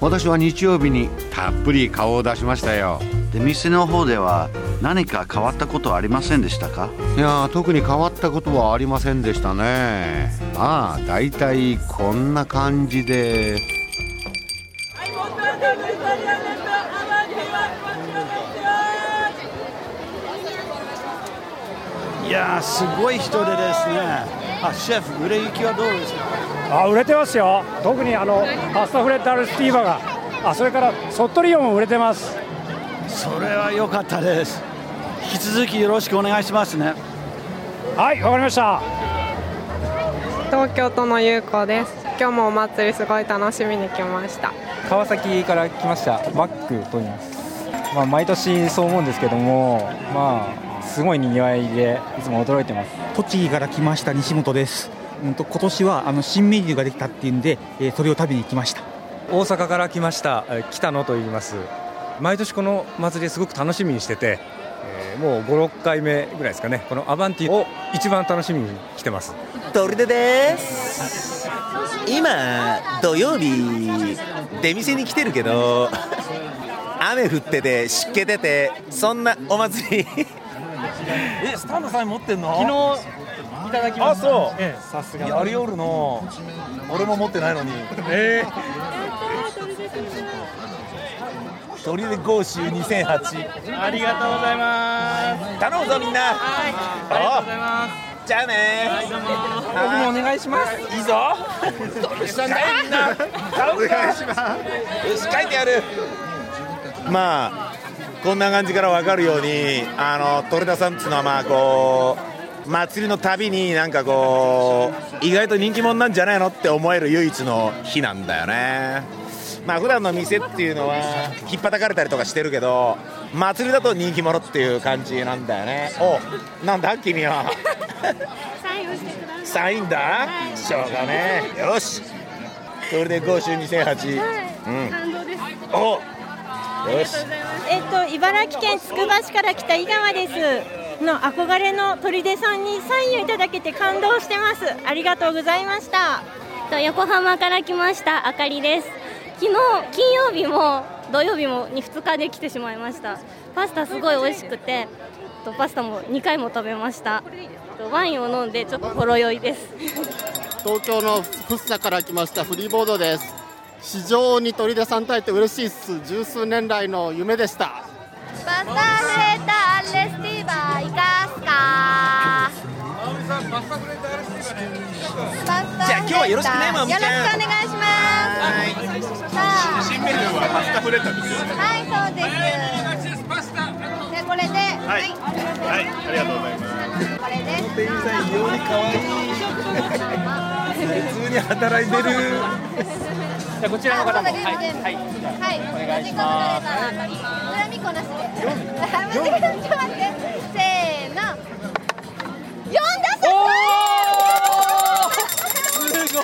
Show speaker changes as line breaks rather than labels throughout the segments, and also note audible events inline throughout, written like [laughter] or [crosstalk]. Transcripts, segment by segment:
私は日曜日にたっぷり顔を出しましたよ
で店の方では何か変わったことありませんでしたか
いやー特に変わったことはありませんでしたねまあ大体こんな感じで
Aiutatemi, italianetto, avanti, vai, continuazione!
いやーすごい人でですねあシェフ売れ行きはどうですか
あ売れてますよ特にあのパスタフレッタルスティーバがあそれからソットリオも売れてます
それは良かったです引き続きよろしくお願いしますね
はいわかりました
東京都のゆうこです今日もお祭りすごい楽しみに来ました
川崎から来ましたマックと言います、まあ、毎年そう思うんですけどもまあすごい賑わいでいつも驚いてます
栃木から来ました西本です。うんと今年はあの新メニューができたっていうんで、えーそれを食べに来ました。
大阪から来ましたえー北野と言います毎年この祭りすごく楽しみにしてて、えーもう56回目ぐらいですかねこのアバンティを一番楽しみに来てます
トルデです今土曜日出店に来てるけど雨降ってて湿気出てそんなお祭り
[laughs] えスタンドさん持ってんの昨日いただきましたあそう、さすがやりおるの俺も持ってないのにええトリデゴーシュ2008ありがとうございます
頼むぞみんな
ありがとうございま
じゃあね
僕もお願いします
すいいぞみんな買うか
よし書いてやるまあこんな感じから分かるようにあのトレダさんっつうのはまあこう祭りのたびになんかこう意外と人気者なんじゃないのって思える唯一の日なんだよねまあ普段の店っていうのは引っ叩かれたりとかしてるけど祭りだと人気者っていう感じなんだよねおなんだ君はサインだしょうがねえよしそれで5週2008、うんおよし
えっと、茨城県つくば市から来た井川です。の憧れの砦さんにサインをいただけて感動してます。ありがとうございました。と横浜から来ましたあかりです。昨日金曜日も土曜日もに2日で来てしまいました。パスタすごい美味しくて、とパスタも2回も食べました。とワインを飲んでちょっとほろ酔いです。
東京の福生から来ましたフリーボードです非常に鳥出さんと会えて嬉しいっす十数年来の夢でした
パスタフレタアレスティーバーいかすか
じゃあ今日はよろしくねまおみちゃん
よろしくお願いしますさあ新メニューはパスタフレタですよはいそうですでこれではいはい、ありがとうございますこれです
店員さん異様に可愛い普通に働いてる
じゃあこちらの方もはい、はい、
はい、お願いします。恨みっこなしで。あ待ってちょっと待って。せーの。四打席。
すごいし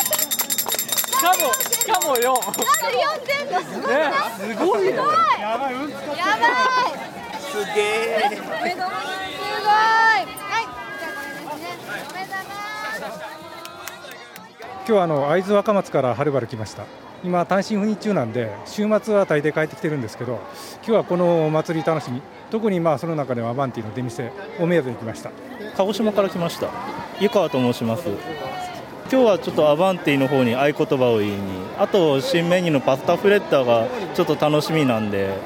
かもしかもよ
なんで四点のすごいね。
すごいよ
やばい。やば
すげえ
い。すごい。はい。じゃあこれですね。おめでとうございます。
今日はあの会津若松からはるばる来ました今単身赴任中なんで週末は大抵帰ってきてるんですけど今日はこのお祭り楽しみ特にまあその中ではアバンティの出店お目当てに来ました
鹿児島から来ました湯川と申します今日はちょっとアバンティの方に合言葉を言いにあと新メニューのパスタフレッタがちょっと楽しみなんで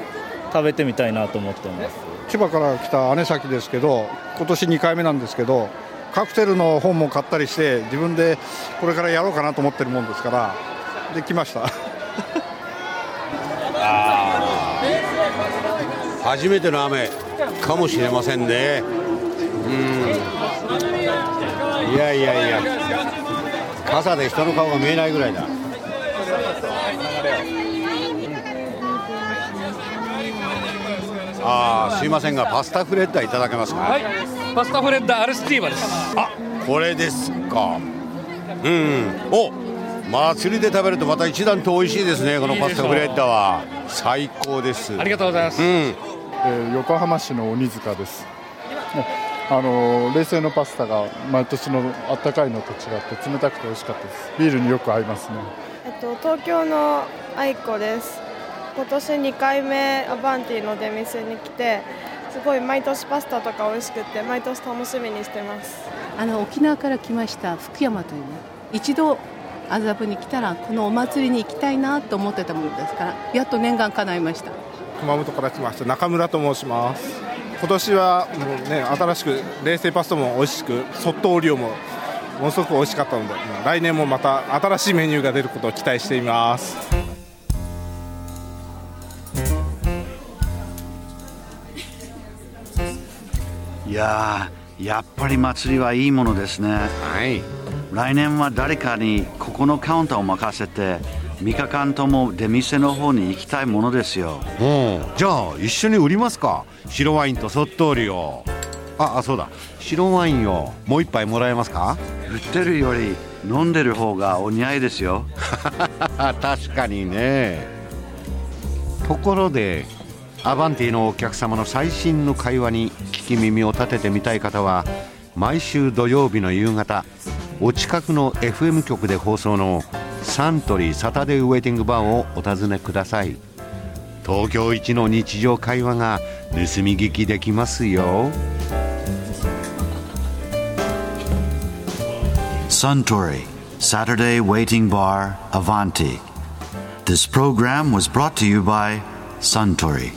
食べてみたいなと思ってます
千葉から来た姉崎ですけど今年2回目なんですけどカクテルの本も買ったりして自分でこれからやろうかなと思ってるもんですからで来ました
初めての雨かもしれませんねうんいやいやいや傘で人の顔が見えないぐらいだああすいませんがパスタフレッダーいただけますか、
はい、パスタフレッダーアルスティーバですあ
これですかうんお祭りで食べるとまた一段と美味しいですねこのパスタフレッダーはい最高です
ありがとうございます、
うん
えー横浜市の鬼塚です、ねあのー冷製のパスタが毎年のあったかいのと違って冷たくて美味しかったですビールによく合いますね
えっと、東京の愛子です今年2回目アバンティの出店に来てすごい毎年パスタとか美味しくて毎年楽しみにしてます
あの沖縄から来ました福山というね一度麻布に来たらこのお祭りに行きたいなと思ってたものですからやっと念願叶いました
熊本から来ました中村と申します今年はもうね新しく冷製パスタも美味しくそっとオリオもものすごく美味しかったので来年もまた新しいメニューが出ることを期待しています
いやーやっぱり祭りはいいものですね
はい
来年は誰かにここのカウンターを任せて3日間とも出店の方に行きたいものですよ
うんじゃあ一緒に売りますか白ワインとそっとりをああそうだ白ワインをもう一杯もらえますか
売ってるより飲んでる方がお似合いですよ
[laughs] 確かにねところでアバンティのお客様の最新の会話に聞き耳を立ててみたい方は毎週土曜日の夕方お近くの FM 局で放送のサントリーサタデーウェイティングバーをお尋ねください東京一の日常会話が盗み聞きできますよ
Suntory Saturday Waiting Bar Avanti This program was brought to you by Suntory